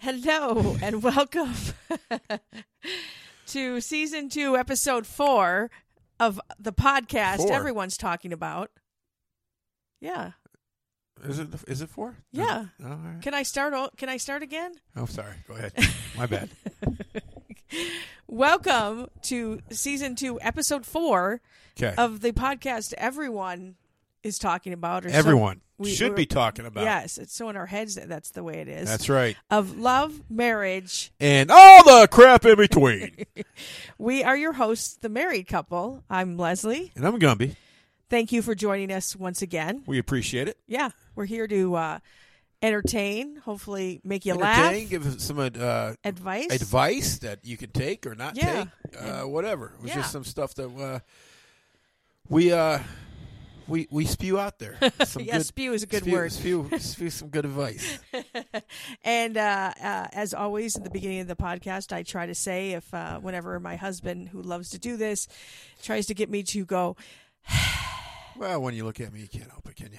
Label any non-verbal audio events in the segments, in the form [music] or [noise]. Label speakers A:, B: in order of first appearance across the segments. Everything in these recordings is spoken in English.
A: Hello and welcome [laughs] to season two, episode four of the podcast
B: Four?
A: everyone's talking about. Yeah.
B: Is it? Is it four?
A: Yeah.
B: Is it- oh, all right.
A: Can I start? o- Can I start again?
B: Oh, sorry. Go ahead.
A: [laughs]
B: My bad.
A: Welcome to season two, episode four
B: Okay.
A: of the podcast everyone is talking about. Or so-
B: Everyone
A: we-
B: should
A: we're-
B: be talking about.
A: Yes. It's so in our heads that that's the way it is.
B: That's right.
A: Of love, marriage.
B: And all the crap in between.
A: We are your hosts, the married couple. I'm Leslie.
B: and I'm Gumby.
A: Thank you for joining us once again.
B: We appreciate it.
A: Yeah, we're here to uh, entertain, hopefully make you
B: Entertain,
A: laugh,
B: Give us some uh,
A: advice.
B: advice that you can take or not
A: Yeah.
B: take. Uh, whatever. It was
A: Yeah.
B: just some stuff that uh, we uh, we we spew
A: [laughs]
B: out there. Some
A: Yeah, spew is a good
B: spew-
A: word.
B: Spew, spew some good advice.
A: And uh, uh, as always, at the beginning of the podcast, I try to say if uh, whenever my husband, who loves to do this, tries to get me to go,
B: well, when you look at me, you can't help it, can you?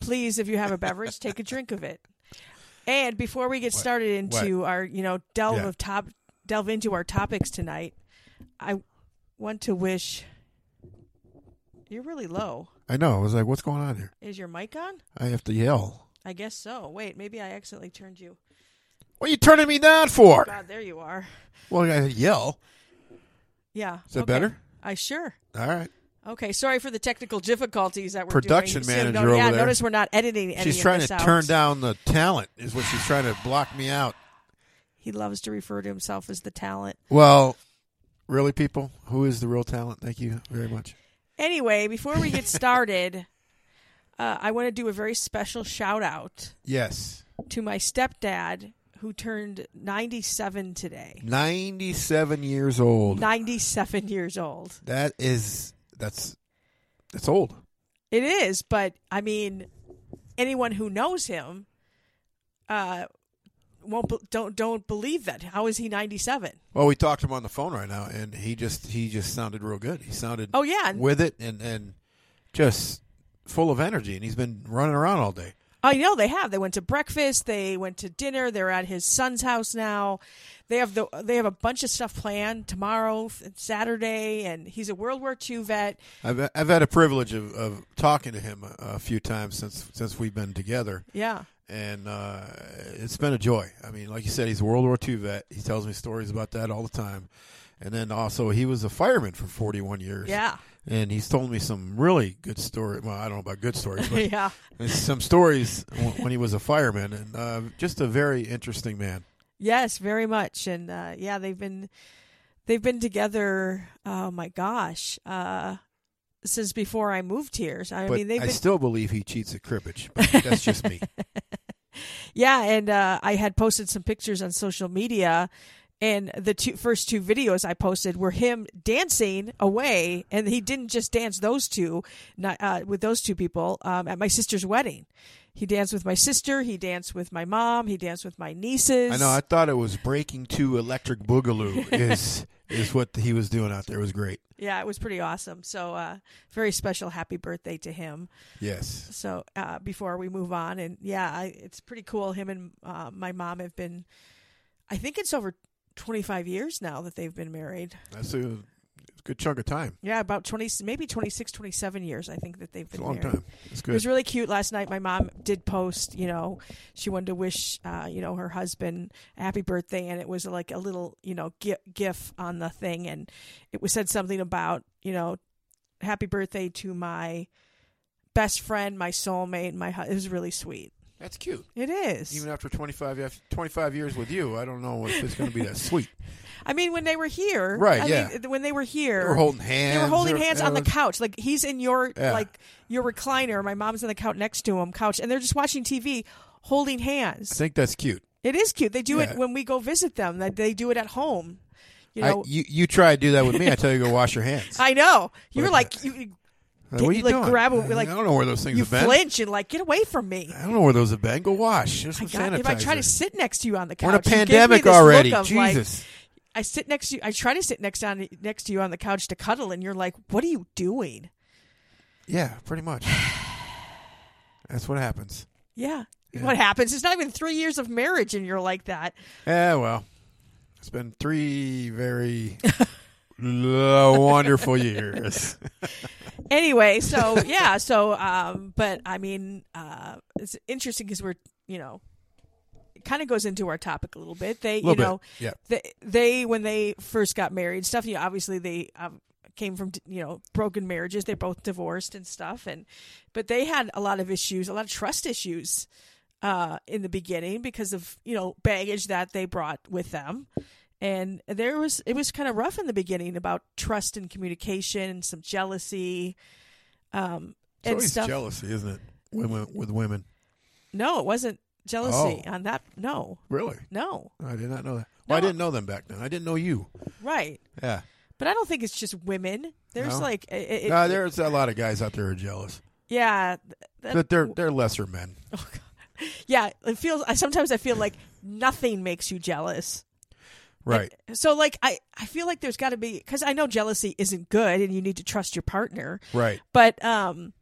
A: please, if you have a beverage, take
B: [laughs]
A: a drink of it. And before we get started into our, you know, delve
B: Yeah.
A: of top delve into our topics tonight, I want to wish. You're really low.
B: I know. I was like, what's going on here?
A: Is your mic on?
B: I have to yell.
A: I guess so. Wait, maybe I accidentally turned you.
B: What are you turning me down for?
A: God, there you are.
B: Well, I yell.
A: Yeah.
B: Is that
A: okay.
B: better?
A: I sure.
B: All right.
A: Okay, sorry for the technical difficulties that we're
B: Production
A: doing. So, no-
B: manager over
A: yeah,
B: there.
A: notice we're not editing any
B: she's
A: of
B: trying
A: this
B: to
A: out.
B: turn down the talent, is what she's trying to block me out.
A: He loves to refer to himself as the talent.
B: Well, really, people, who is the real talent? Thank you very much.
A: Anyway, before we get
B: [laughs]
A: started, uh, I want to do a very special shout out
B: Yes,
A: to my stepdad who turned 97 today.
B: ninety-seven years old.
A: 97 years old.
B: That is that's that's old.
A: It is, but I mean, anyone who knows him, uh, won't be- don't don't believe that. How is he ninety seven?
B: Well, we talked to him on the phone right now, and he just he just sounded real good. He sounded
A: Oh, yeah.
B: with it and and just full of energy, and he's been running around all day.
A: I know they have. They went to breakfast. They went to dinner. They're at his son's house now. They have the they have a bunch of stuff planned tomorrow, f- Saturday, and he's a World War II vet.
B: I've I've had a privilege of, of talking to him a, a few times since since we've been together,
A: Yeah,
B: and uh, it's been a joy. I mean, like you said, he's a World War II vet. He tells me stories about that all the time, and then also he was a fireman for 41 years.
A: yeah,
B: and he's told me some really good story. Well, I don't know about good stories,
A: [laughs]
B: but
A: yeah.
B: [laughs] some stories when, when he was a fireman, and uh, just a very interesting man.
A: Yes, very much. And uh, yeah, they've been they've been together. Oh my gosh, uh, since before I moved here. So, I
B: but
A: mean, they've
B: I
A: been
B: still believe he cheats at cribbage. But that's
A: [laughs]
B: just me.
A: yeah. And uh, I had posted some pictures on social media, and the two first two videos I posted were him dancing away, and he didn't just dance those two, not uh, with those two people um, at my sister's wedding. He danced with my sister. He danced with my mom. He danced with my nieces.
B: I know. I thought it was breaking to
A: [laughs]
B: electric boogaloo is is what he was doing out there. It was great.
A: yeah, it was pretty awesome. So, uh, very special happy birthday to him.
B: Yes.
A: So, uh, before we move on, and yeah, I, it's pretty cool. Him and uh, my mom have been, I think it's over 25 years now that they've been married.
B: That's a good chunk of time.
A: Yeah, about 20, maybe 26, 27 years, I think that they've
B: It's
A: been
B: a long
A: married.
B: time. It's
A: It was
B: good.
A: really cute last night. My mom did post, you know, she wanted to wish, uh, you know, her husband a happy birthday, and it was like a little, you know, gi- gif on the thing, and it was said something about, you know, happy birthday to my best friend, my soulmate, my. Hu-. It was really sweet.
B: That's cute.
A: It is.
B: Even after 25, af- 25 years with you, I don't know if it's going to [laughs] be that sweet.
A: I mean, when they were here,
B: Right,
A: I
B: yeah.
A: mean, when they were here,
B: They were holding hands.
A: They were holding
B: They were-
A: hands
B: it
A: on the
B: was-
A: couch. Like he's in your
B: Yeah.
A: like your recliner. My mom's on the couch next to him, couch, and they're just watching TV, holding
B: I
A: hands.
B: think that's cute.
A: It is cute. They do
B: Yeah.
A: it when we go visit them. That they do it at home. You
B: I-
A: know,
B: you, you try to do that with me. I tell you to go wash your hands.
A: I know. You
B: What
A: were
B: a-
A: like, you, you
B: Like, Uh, what are you
A: like
B: doing?
A: grab a
B: I mean,
A: like.
B: I don't know where those things
A: You
B: have been.
A: flinch and like get away from me.
B: I don't know where those have been. Go wash. There's
A: I
B: some
A: got
B: sanitizer.
A: if I try to sit next to you on the couch.
B: We're in a
A: you give me
B: pandemic
A: this look
B: already.
A: of, like,
B: Jesus.
A: I sit next to you. I try to sit next on next to you on the couch to cuddle, and you're like, "What are you doing?"
B: yeah,
A: [sighs]
B: pretty much. That's what happens.
A: Yeah. What happens? It's not even three years of marriage, and you're like that.
B: Yeah, well, it's been
A: [laughs]
B: three very lo- wonderful years.
A: Anyway,
B: [laughs]
A: so yeah, so um, but I mean, uh, it's interesting because we're you know, it kind of goes into our topic a little bit. They
B: Little
A: you
B: bit,
A: know,
B: yeah.
A: they, they when they first got married and stuff, you know, obviously they um, came from you know broken marriages. They're both divorced and stuff, and but they had a lot of issues, a lot of trust issues. uh, in the beginning because of you know baggage that they brought with them, and there was it was kind of rough in the beginning about trust and communication, some jealousy, um,
B: It's
A: and
B: always
A: stuff.
B: jealousy, isn't it? Women with women.
A: No, it wasn't jealousy
B: Oh.
A: on that. No,
B: Really?
A: no,
B: I did not know that. Well, I
A: No.
B: didn't know them back then. I didn't know you.
A: right.
B: Yeah.
A: But I don't think it's just women. There's
B: No.
A: like, it, it,
B: no, there's a lot of guys out there who are jealous,
A: yeah, th- that- [laughs] oh
B: but they're they're lesser men.
A: yeah. It feels. I sometimes I feel like nothing makes you jealous. [laughs]
B: Right.
A: So like I, I feel like there's got to be because I know jealousy isn't good and you need to trust your partner.
B: Right.
A: but um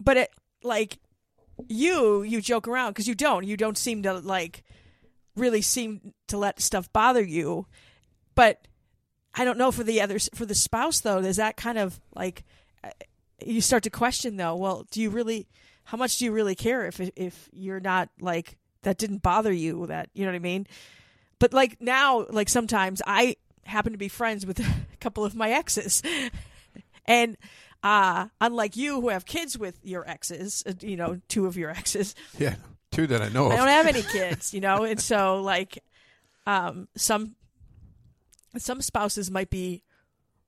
A: but it like you you joke around because you don't you don't seem to like really seem to let stuff bother you but i don't know for the others for the spouse though is that kind of like uh, you start to question though well do you really how much do you really care if if you're not like that didn't bother you that you know what i mean but like now like sometimes i happen to be friends with [laughs] a couple of my exes and uh unlike you who have kids with your exes uh, you know two of your exes
B: Yeah. Two that I know
A: i
B: of.
A: don't have any kids you know and so like um some some spouses might be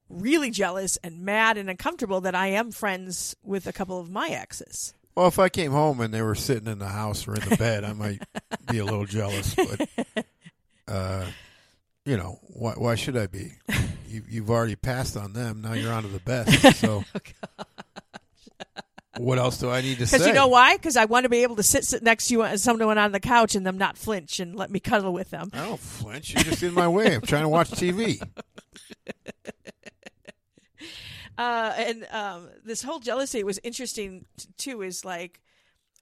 A: really jealous and mad and uncomfortable that i am friends with a couple of my exes
B: Well, if I came home and they were sitting in the house or in the bed, I might be a little jealous. But,
A: [laughs]
B: uh, you know, why, why should I be? You, you've already passed on them. Now you're on to the best.
A: [laughs]
B: So, what else do I need to say?
A: Oh, because you know why because i want to be able to sit, sit next to you as someone on the couch and them not flinch and let me cuddle with them
B: I don't flinch. You're just in my way. I'm trying to watch TV.
A: uh, and um, this whole jealousy was interesting t- too. Is like,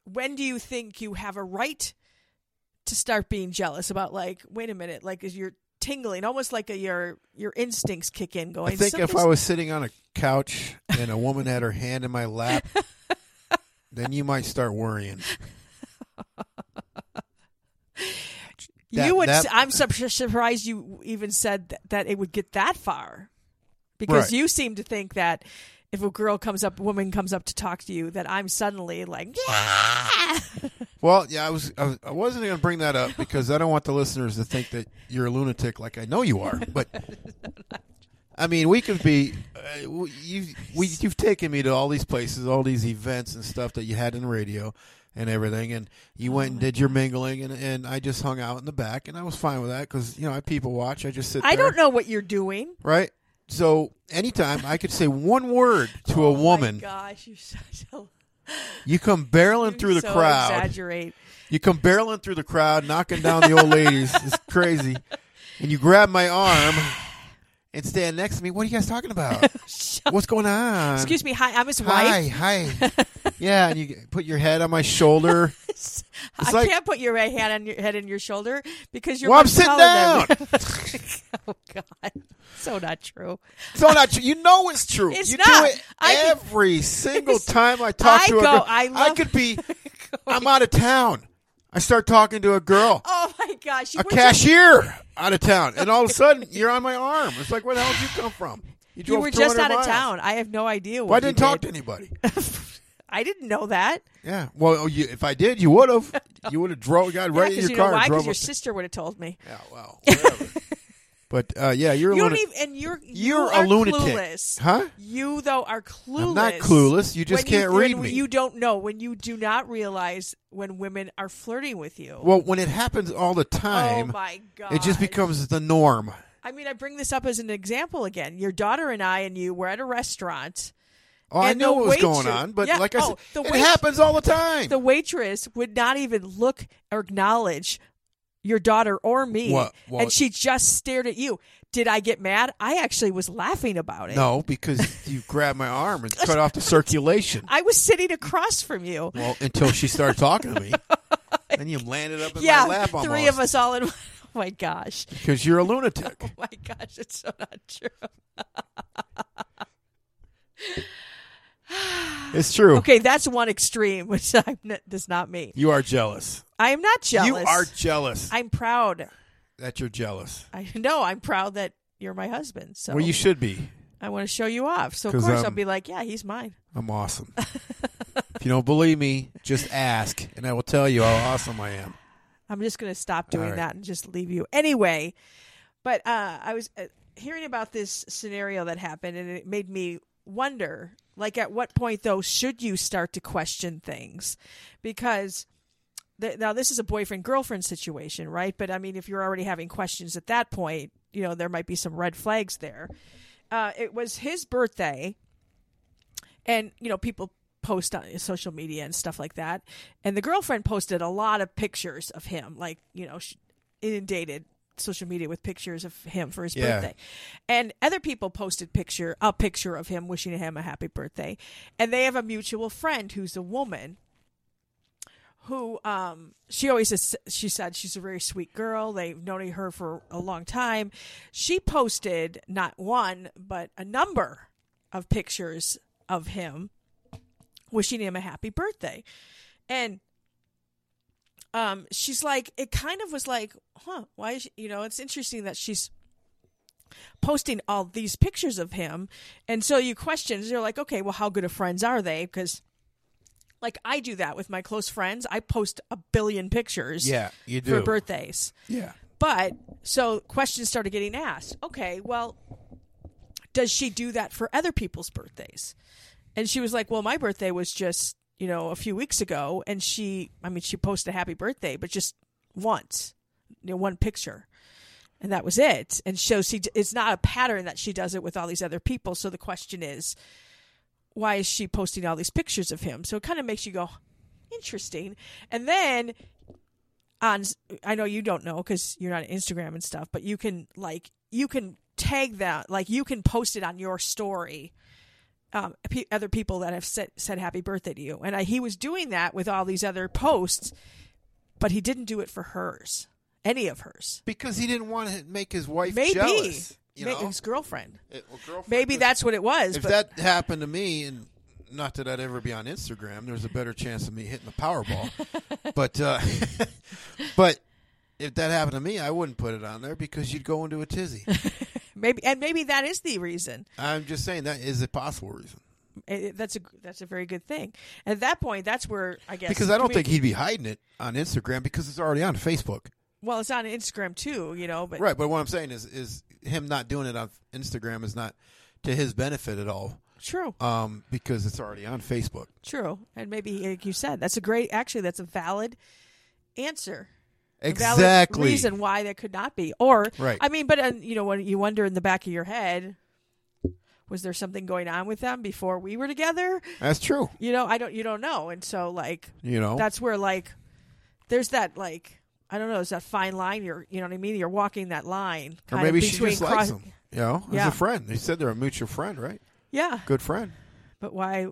A: when do you think you have a right to start being jealous about? Like, wait a minute, like is you're tingling, almost like a, your your instincts kick in, going.
B: I think if I
A: "Something's-"
B: was sitting on a couch and a woman had her hand in my
A: [laughs]
B: lap, then you might start worrying. that-
A: you would.
B: that-
A: s- I'm sup- surprised you even said th- that it would get that far, because
B: Right.
A: you seem to think that. If a girl comes up, woman comes up to talk to you, that I'm suddenly like, yeah,
B: Well, yeah, I was I, was, I wasn't going to bring
A: [laughs]
B: that up because I don't want the listeners to think that you're a lunatic like I know you are.
A: [laughs]
B: But I mean, we could be uh, we- you we you've taken me to all these places, all these events and stuff that you had in radio and everything and you went
A: Oh.
B: and did your mingling and, and I just hung out in the back and I was fine with that cuz you know, I people watch. I just sit
A: I
B: there,
A: don't know what you're doing.
B: right? So, anytime I could say one word to a
A: Oh My
B: woman,
A: gosh, you're such a
B: you come barreling
A: You
B: through the
A: so
B: crowd.
A: Exaggerate.
B: You come barreling through the crowd, knocking down the old ladies. It's crazy. And you grab my arm and stand next to me. What are you guys talking about?
A: [laughs]
B: What's going on?
A: Excuse me. Hi, I'm his
B: Hi,
A: wife.
B: hi. yeah, and you put your head on my shoulder.
A: I
B: like-
A: can't put your right hand on your head and your shoulder because [laughs] you're.
B: Well, I'm
A: much
B: sitting
A: taller than me. [laughs] oh God, so not true.
B: So not true. You know it's true.
A: It's
B: you do
A: not.
B: it
A: I can-
B: every
A: [laughs]
B: single time I talk
A: I
B: to
A: go-
B: a girl.
A: I love- [laughs]
B: could be. I'm out of town. I start talking to a girl.
A: Oh my gosh, you
B: a
A: were
B: cashier out of town, and all of a sudden you're on my arm. It's like, where the hell did you come from?
A: Just, you
B: drove
A: were just
B: 200
A: out of
B: miles.
A: town. I have no idea. What
B: Well, I
A: you
B: didn't talk
A: did.
B: to anybody.
A: [laughs] I didn't know that.
B: Yeah. Well, oh, you, if I did, you would have. You would have drove,
A: [laughs]
B: got right in
A: because
B: your
A: you
B: car
A: know why?
B: and drove
A: Because your
B: up to-
A: sister would have told me.
B: [laughs] Yeah, well, whatever.
A: [laughs]
B: but uh, yeah, you're a
A: You don't
B: lunatic.
A: even, and you're you
B: You're a
A: are
B: lunatic.
A: clueless.
B: Huh?
A: You though are clueless.
B: not clueless. You just
A: when
B: can't
A: when
B: read me.
A: You don't know when you do not realize when women are flirting with you.
B: well, when it happens all the
A: oh
B: time,
A: my god!
B: it just becomes the norm.
A: I mean, I bring this up as an example again. Your daughter and I and you were at a restaurant.
B: Oh, I
A: And
B: know
A: the
B: what was going
A: waitress-
B: on, but
A: yeah,
B: like I
A: oh, the
B: said, it
A: wait-
B: happens all the time.
A: The waitress would not even look or acknowledge your daughter or me,
B: What- what-
A: and she just stared at you. Did I get mad? I actually was laughing about it.
B: no, because you grabbed my
A: [laughs]
B: arm and cut off the circulation.
A: I was sitting across from you.
B: Well, until she started talking to me, [laughs] then you landed up in
A: yeah,
B: my lap almost.
A: three of us all in. one- [laughs] Oh my gosh!
B: because you're a lunatic.
A: Oh my gosh! It's so not true.
B: It's true.
A: Okay, that's one extreme, [laughs] which I'm n- that's not me.
B: You are jealous.
A: I am not jealous.
B: You are jealous
A: I'm proud.
B: that you're jealous.
A: I know. I'm proud that you're my husband. So
B: Well, you should be.
A: I want to show you off. So of
B: 'Cause,
A: course I'll
B: um,
A: be like, yeah, he's mine.
B: I'm awesome. if you don't believe me, just ask, and I will tell you how awesome I am.
A: I'm just going to stop doing
B: right.
A: that and just leave you anyway. But uh, I was uh, hearing about this scenario that happened, and it made me wonder. Like, at what point though should you start to question things? Because th- now this is a boyfriend girlfriend situation, right? But I mean, if you're already having questions at that point, you know there might be some red flags there. Uh, it was his birthday, and you know people post on social media and stuff like that and the girlfriend posted a lot of pictures of him like you know she inundated social media with pictures of him for his
B: Yeah.
A: birthday and other people posted picture a picture of him wishing him a happy birthday and they have a mutual friend who's a woman who um she always is, she said she's a very sweet girl they've known her for a long time she posted not one but a number of pictures of him wishing him a happy birthday and um she's like it kind of was like huh why is she, you know it's interesting that she's posting all these pictures of him and so you question you're like okay well how good of friends are they because like i do that with my close friends i post a billion pictures
B: Yeah, you do.
A: for birthdays
B: Yeah.
A: but so questions started getting asked. Okay, well, does she do that for other people's birthdays? And she was like, "Well, my birthday was just, you know, a few weeks ago and she I mean, she posted a happy birthday, but just once, you know, one picture." And that was it. And so she it's not a pattern that she does it with all these other people. So the question is, why is she posting all these pictures of him? So it kind of makes you go, interesting. And then on I know you don't know because you're not on Instagram and stuff, but you can like you can tag that like you can post it on your story. Um, pe other people that have said said happy birthday to you, and I, he was doing that with all these other posts, but he didn't do it for hers, any of hers.
B: Because he didn't want to make his wife
A: Maybe
B: jealous. You
A: May-
B: know?
A: his girlfriend.
B: It- well, girlfriend,
A: Maybe
B: if-
A: that's what it was.
B: If
A: but
B: that happened to me, and not that I'd ever be on Instagram, there's a better chance of me hitting the Powerball.
A: [laughs]
B: but, uh, [laughs] but if that happened to me, I wouldn't put it on there because you'd go into
A: [laughs]
B: a tizzy.
A: maybe and maybe that is the reason.
B: I'm just saying that is a possible reason.
A: Eh, That's a that's a very good thing. At that point, that's where I guess
B: Because I don't
A: commu-
B: think he'd be hiding it on Instagram because it's already on Facebook.
A: well, it's on Instagram too, you know. But
B: Right, but what I'm saying is, is him not doing it on Instagram is not to his benefit at all,
A: true.
B: um, because it's already on Facebook.
A: True, and maybe like you said, that's a great. Actually, that's a valid answer. A valid
B: Exactly.
A: reason why that could not be, or
B: Right.
A: I mean, but uh, you know, when you wonder in the back of your head, was there something going on with them before we were together?
B: That's true.
A: You know, I don't. You don't know, and so like
B: You know,
A: that's where like there's that like I don't know, it's that fine line. You're you know what I mean. You're walking that line,
B: or
A: kind
B: maybe
A: of
B: she
A: between
B: just likes
A: cross-
B: him. You know, as
A: Yeah.
B: a friend. They said they're a mutual friend, right?
A: Yeah,
B: Good friend.
A: but why?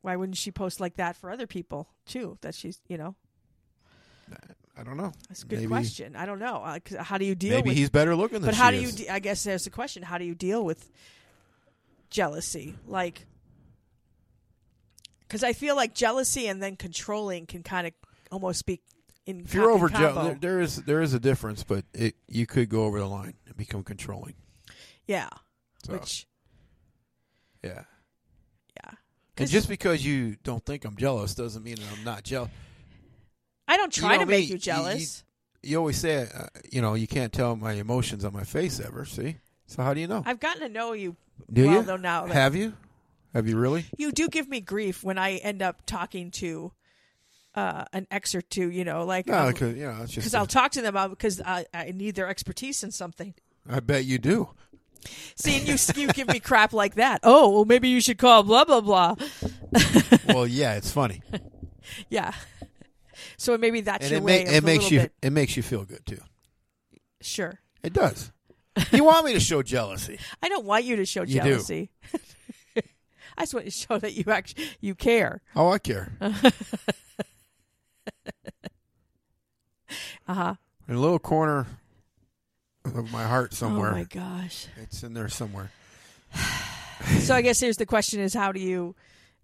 A: Why wouldn't she post like that for other people too? That she's you know.
B: I don't know.
A: That's a good
B: maybe,
A: question. I don't know. Uh, 'cause how do you deal
B: Maybe
A: with?
B: he's better looking than
A: but how
B: she
A: do you?
B: is.
A: De- I guess there's the question. How do you deal with jealousy? Like, because I feel like jealousy and then controlling can kind of almost be in.
B: if you're
A: co- in
B: over jealous,
A: combo.
B: there, there is there is a difference, but it you could go over the line and become controlling.
A: yeah.
B: So.
A: Which
B: Yeah.
A: yeah,
B: And
A: 'Cause
B: just because you don't think I'm jealous doesn't mean that I'm not jealous.
A: I don't try
B: know
A: to make
B: me,
A: you
B: you-
A: jealous.
B: You always say, uh, you know, you can't tell my emotions on my face ever. See, so how do you know?
A: I've gotten to know you
B: do
A: well,
B: you?
A: though now. but
B: Have you? Have you really?
A: you do give me grief when I end up talking to uh, an ex or two, you know, like
B: No,
A: because
B: because you know, it's just.
A: I'll talk to them because I, I need their expertise in something.
B: I bet you do.
A: Seeing you, you give me crap like
B: [laughs]
A: that. Oh, well, maybe you should call blah blah blah.
B: well, yeah, it's funny,
A: Yeah. So maybe that's
B: and
A: your
B: it,
A: way.
B: make,
A: of
B: it
A: a
B: makes
A: little
B: you
A: bit.
B: it makes you feel good too.
A: sure. [laughs]
B: It does. You want me to show jealousy?
A: I don't want you to show
B: You do.
A: jealousy. [laughs] I just want you to show that you actually you care.
B: Oh, I care.
A: Uh-huh.
B: uh huh.
A: Uh-huh.
B: In a little corner of my heart somewhere,
A: Oh my gosh.
B: it's in there somewhere.
A: So I guess here's the question is how do you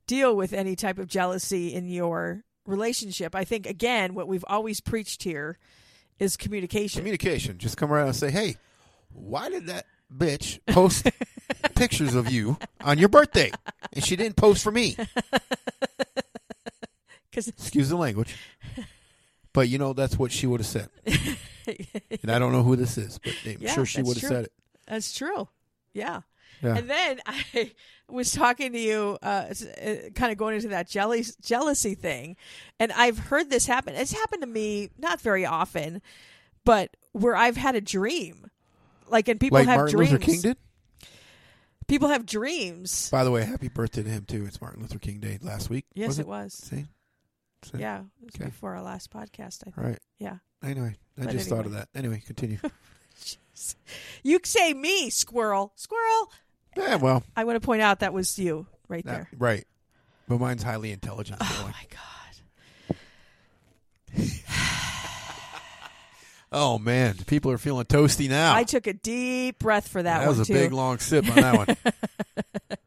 A: deal with any type of jealousy in your relationship? I think again what we've always preached here is communication.
B: Communication. Just come around and say, "Hey, why did that bitch
A: [laughs]
B: post pictures of you on your birthday, and she didn't post for
A: [laughs]
B: me?"
A: Cuz
B: Excuse
A: [laughs]
B: the language, but you know that's what she would have said. And I don't know who this is, but I'm
A: Yeah,
B: sure she
A: that's
B: would have
A: true.
B: said it.
A: that's true. Yeah.
B: Yeah.
A: And then [laughs] I was talking to you, uh, s- uh, kind of going into that jelly, jealousy thing. And I've heard this happen. It's happened to me not very often, but where I've had a dream. Like, and people
B: like
A: have
B: Martin
A: dreams.
B: Luther King did.
A: People have dreams.
B: By the way, happy birthday to him too. It's Martin Luther King Day last week.
A: Yes,
B: was
A: it was.
B: See, See?
A: Yeah. It was
B: Okay.
A: before our last podcast, I think.
B: right.
A: Yeah.
B: Anyway, I
A: But
B: just thought of that. Anyway, continue.
A: [laughs]
B: [laughs]
A: You say me, squirrel. Squirrel.
B: yeah, Eh, well,
A: I want to point out that was you right
B: that-
A: there.
B: right. But mine's highly intelligent. so like-
A: My God.
B: [laughs] oh man, people are feeling toasty now.
A: I took a deep breath for that,
B: that
A: one,
B: was a
A: too.
B: big long sip on that
A: [laughs]
B: one.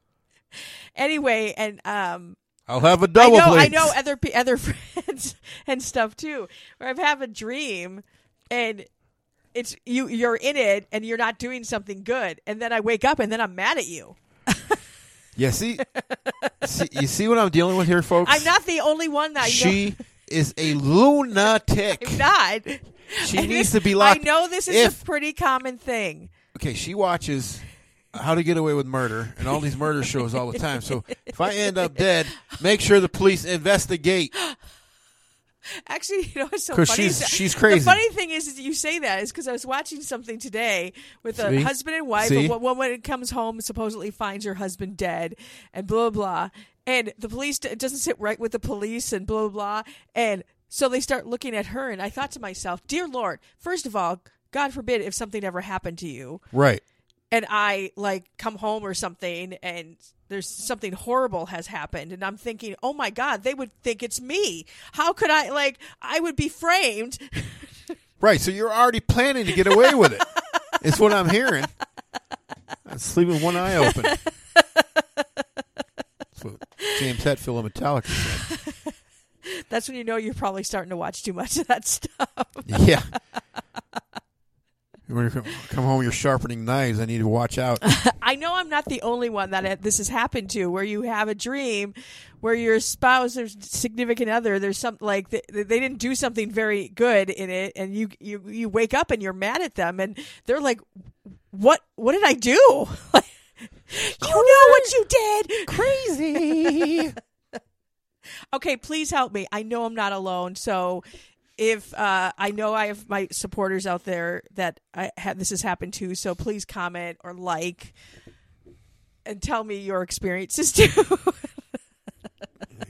A: anyway, and, um,
B: I'll have a double.
A: I know,
B: please.
A: I know other pe- other [laughs] friends and stuff too, where I've have a dream and it's you you're in it and you're not doing something good, and then I wake up and then I'm mad at you.
B: Yeah,
A: [laughs]
B: see, see, you see what I'm dealing with here, folks.
A: I'm not the only one that I know.
B: She is
A: [laughs]
B: a lunatic.
A: I'm [laughs] not.
B: She
A: And
B: needs
A: this-
B: to be locked.
A: I know this is
B: If-
A: a pretty common thing.
B: okay, she watches How to Get Away with Murder and all these murder shows all the time. So if I end up dead, make sure the police investigate.
A: Actually, [laughs] you know what's so
B: 'Cause
A: funny?
B: she's-
A: is-
B: she's crazy.
A: The funny thing is, is you say that is because I was watching something today with a
B: See?
A: husband and wife.
B: See?
A: A wo- woman comes home, supposedly finds her husband dead, and blah blah. blah. And the police it doesn't sit right with the police, and blah blah. blah. And so they start looking at her, and I thought to myself, dear Lord, first of all, God forbid if something ever happened to you,
B: Right.
A: and I like come home or something, and there's something horrible has happened, and I'm thinking, oh my god, they would think it's me. How could I like? I would be framed. [laughs]
B: Right. So you're already planning to get away with it. It's what I'm hearing. I'm sleeping with one eye open. That's what James Hetfield of Metallica said.
A: That's when you know you're probably starting to watch too much of that [laughs] stuff.
B: [laughs] Yeah. When you come come home, you're sharpening knives. I need to watch out.
A: I know I'm not the only one that it- this has happened to, where you have a dream where your spouse or significant other, there's some like they, they didn't do something very good in it, and you, you you wake up and you're mad at them, and they're like, "What? What did I do? [laughs] you know what you did? Crazy." [laughs] okay, please help me. I know I'm not alone, so. If uh, I know I have my supporters out there that I ha- this has happened to, so please comment or like and tell me your experiences [laughs] too.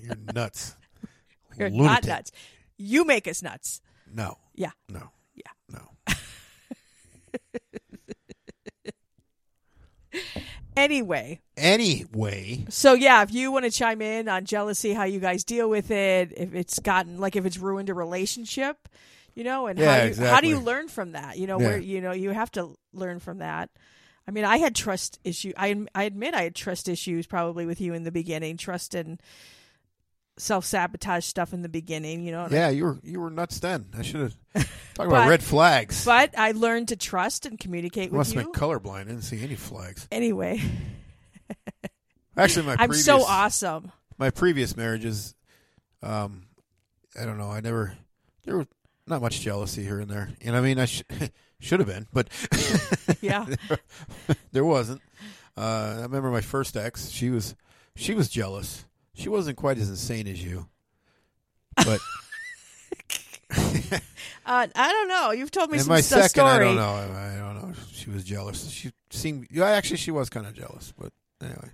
B: You're [laughs] nuts.
A: You're not
B: Lunatic.
A: nuts. You make us nuts.
B: No.
A: Yeah.
B: No.
A: Yeah.
B: No.
A: Anyway,
B: Anyway,
A: so yeah, if you want to chime in on jealousy, how you guys deal with it, if it's gotten like if it's ruined a relationship, you know, and
B: Yeah,
A: how you, how do
B: exactly.
A: you learn from that? You know,
B: Yeah.
A: where you know you have to learn from that. I mean, I had trust issue. I I admit I had trust issues probably with you in the beginning, trust and self sabotage stuff in the beginning. You know,
B: yeah, you were you were nuts then. I should
A: [laughs]
B: have
A: But-
B: talk about red flags.
A: but I learned to trust and communicate with
B: Must
A: you.
B: have been colorblind. I didn't see any flags.
A: anyway,
B: Actually, my
A: I'm
B: previous,
A: so awesome.
B: my previous marriages, um, I don't know. I never there were not much jealousy here and there, and I mean I sh- [laughs] should have been, but [laughs]
A: Yeah.
B: there wasn't. Uh, I remember my first ex. She was she was jealous. She wasn't quite as insane as you, but
A: Uh, I don't know. You've told me
B: and
A: some
B: my
A: stuff
B: second, I
A: story.
B: don't know. I, I don't know. She was jealous. She seemed. Yeah, actually, she was kind of jealous, but anyway.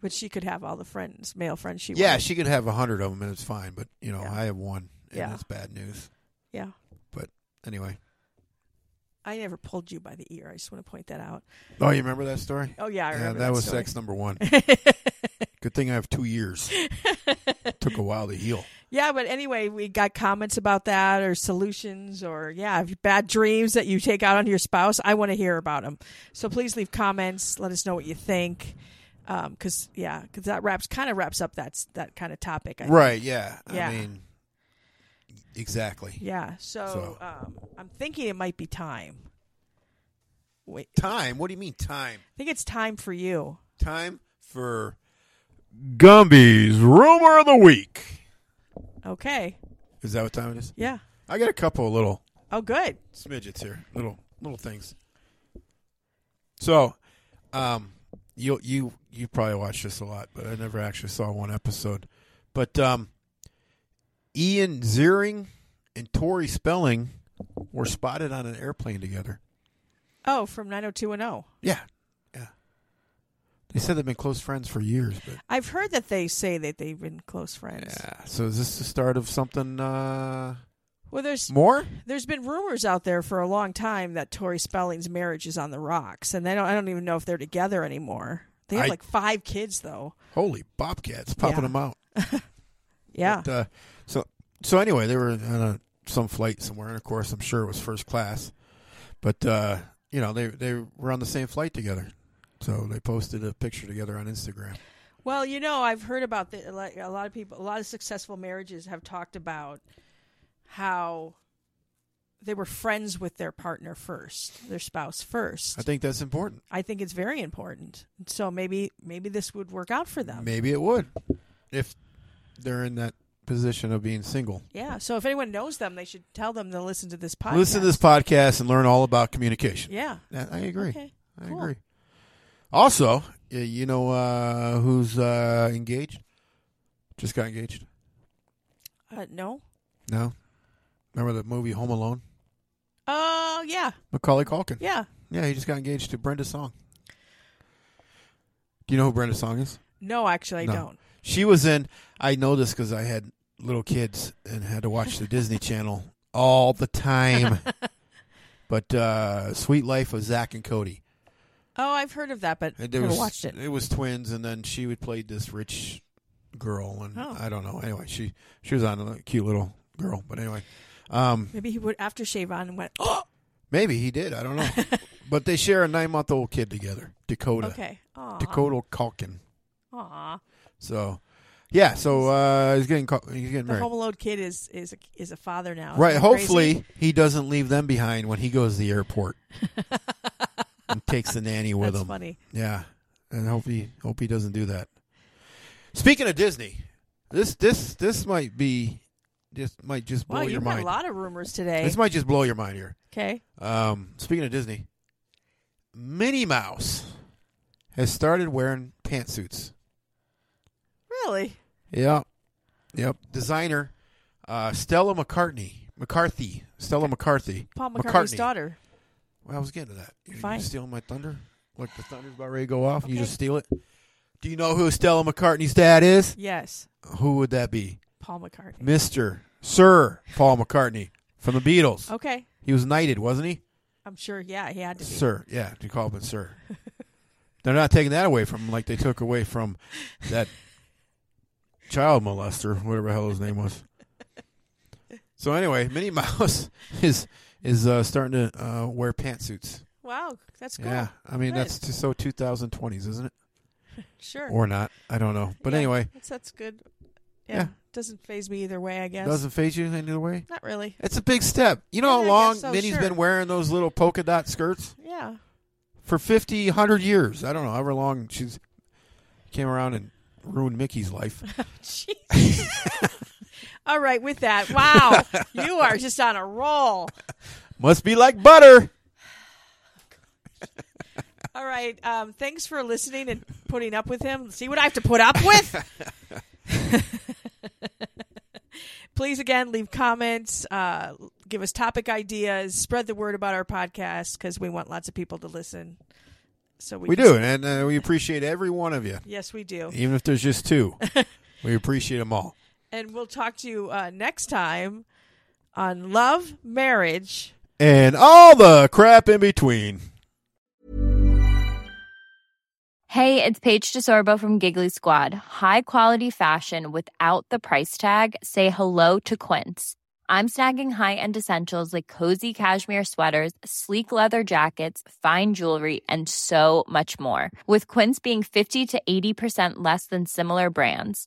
A: But she could have all the friends, male friends she
B: Yeah,
A: wanted.
B: she could have a hundred of them, and it's fine. But you know,
A: Yeah.
B: I have one, and
A: Yeah.
B: it's bad news.
A: Yeah.
B: But anyway.
A: I never pulled you by the ear. I just want to point that out.
B: Oh, you remember that story?
A: Oh yeah, I
B: yeah, that,
A: remember
B: was
A: story.
B: sex
A: [laughs]
B: number one. Good thing I have two years. Took a while to heal.
A: Yeah, but anyway, we got comments about that or solutions or yeah, if bad dreams that you take out on your spouse. I want to hear about them. So please leave comments. Let us know what you think. Um, cause yeah, cause that wraps kind of wraps up that that kind of topic. I think.
B: Right? Yeah.
A: Yeah.
B: I mean, exactly.
A: Yeah. So,
B: So-
A: Um, I'm thinking it might be time. Wait, I
B: Time? What do you mean time?
A: think it's time for you.
B: Time for Gumby's rumor of the week.
A: Okay.
B: Is that what time it is?
A: Yeah.
B: I got a couple of little
A: Oh, good.
B: smidgets here, little little things. So, um, you you you probably watched this a lot, but I never actually saw one episode. But um, Ian Ziering and Tori Spelling were spotted on an airplane together.
A: Oh, from 90210.
B: Yeah, yeah. They said they've been close friends for years, but
A: I've heard that they say that they've been close friends.
B: yeah. So is this the start of something uh,
A: Well, there's
B: more?
A: there's been rumors out there for a long time that Tori Spelling's marriage is on the rocks, and they don't, I don't even know if they're together anymore. They have
B: I-
A: like five kids, though.
B: Holy bobcats, popping
A: Yeah.
B: them out.
A: Yeah.
B: But, uh, so so anyway, they were on a, some flight somewhere, and of course, I'm sure it was first class. But uh, you know, they they were on the same flight together, so they posted a picture together on Instagram.
A: Well, you know, I've heard about the, like, a lot of people, a lot of successful marriages have talked about how they were friends with their partner first, their spouse first.
B: I think that's important.
A: I think it's very important. So maybe maybe this would work out for them.
B: Maybe it would if they're in that position of being single.
A: Yeah. So if anyone knows them, they should tell them to listen to this podcast.
B: Listen to this podcast and learn all about communication. [laughs]
A: Yeah.
B: That- I agree.
A: Okay.
B: I
A: Cool.
B: agree. Also, y- you know uh, who's uh, engaged? Just got engaged.
A: Uh, no.
B: No. Remember the movie Home Alone?
A: Oh yeah,
B: Macaulay Culkin.
A: yeah.
B: Yeah, he just got engaged to Brenda Song. Do you know who Brenda Song is?
A: No, actually, I
B: No.
A: don't.
B: She was in. I know this because I had little kids and had to watch the
A: [laughs]
B: Disney Channel all the time. but uh, Sweet Life of Zach and Cody.
A: Oh, I've heard of that, but
B: And there
A: never
B: was-
A: watched it.
B: It was twins, and then she would play this rich girl, and
A: Oh.
B: I don't know. Anyway, she she was on a cute little girl, but anyway, um,
A: Maybe he would after shave on and went. [gasps] Oh,
B: maybe he did. I
A: [laughs]
B: don't know. but they share a nine month old kid together, Dakota.
A: okay. uh-huh. Aw.
B: uh, Dakota Calkin.
A: Aw.
B: So, yeah. So uh, he's getting caught, he's getting
A: The
B: married,
A: home alone kid is is a, is a father now. Isn't
B: right?
A: that crazy?
B: Hopefully, he doesn't leave them behind when he goes to the airport
A: [laughs]
B: and takes the nanny with
A: that's
B: him.
A: funny.
B: Yeah, and hope he hope he doesn't do that. Speaking of Disney, this this this might be this might just blow
A: Wow,
B: your
A: you've got a
B: mind.
A: lot of rumors today.
B: This might just blow your mind here.
A: Okay.
B: Um, speaking of Disney, Minnie Mouse has started wearing pantsuits.
A: Really?
B: Yeah. Yep. Designer uh, Stella McCartney. McCarthy. Stella McCarthy.
A: Paul McCartney's daughter.
B: Well, I was getting to that. You
A: Fine.
B: You stealing my thunder? Like the thunder's about ready to go off. and You
A: Okay.
B: just steal it. Do you know who Stella McCartney's dad is?
A: Yes,
B: Who would that be?
A: Paul McCartney.
B: Mister Sir Paul McCartney from the Beatles.
A: Okay.
B: He was knighted, wasn't he?
A: I'm sure. Yeah, he had to be.
B: Sir. Yeah, you call him Sir. They're not taking that away from him like they took away from that child molester, whatever the hell his name was. So anyway, Minnie Mouse [laughs] is is uh, starting to uh, wear pantsuits.
A: Wow, that's cool.
B: Yeah, I mean
A: Good.
B: that's just so 2020s, isn't it?
A: Sure.
B: Or not? I don't know. But
A: Yeah,
B: anyway,
A: that's, that's good. Yeah.
B: Yeah.
A: doesn't phase me either way. I guess
B: doesn't phase you any other way.
A: not really.
B: It's a big step. You know
A: Yeah, I
B: how
A: guess
B: long
A: so,
B: Minnie's
A: sure.
B: been wearing those little polka dot skirts [laughs]
A: Yeah.
B: for 50, 100 years. I don't know however long she's came around in ruined Mickey's life.
A: [laughs] All right, with that, wow, you are just on a roll.
B: Must be like butter.
A: All right, um, thanks for listening and putting up with him. See what I have to put up with. Please again leave comments, uh, give us topic ideas, spread the word about our podcast because we want lots of people to listen. So we,
B: We
A: can-
B: do, and uh, we appreciate every one of you,
A: Yes, we do.
B: even if there's just two. we appreciate them all.
A: And we'll talk to you uh, next time on love, marriage.
B: And all the crap in between.
C: Hey, it's Paige DeSorbo from Giggly Squad. High quality fashion without the price tag. Say hello to Quince. I'm snagging high-end essentials like cozy cashmere sweaters, sleek leather jackets, fine jewelry, and so much more. With Quince being 50 to 80% less than similar brands.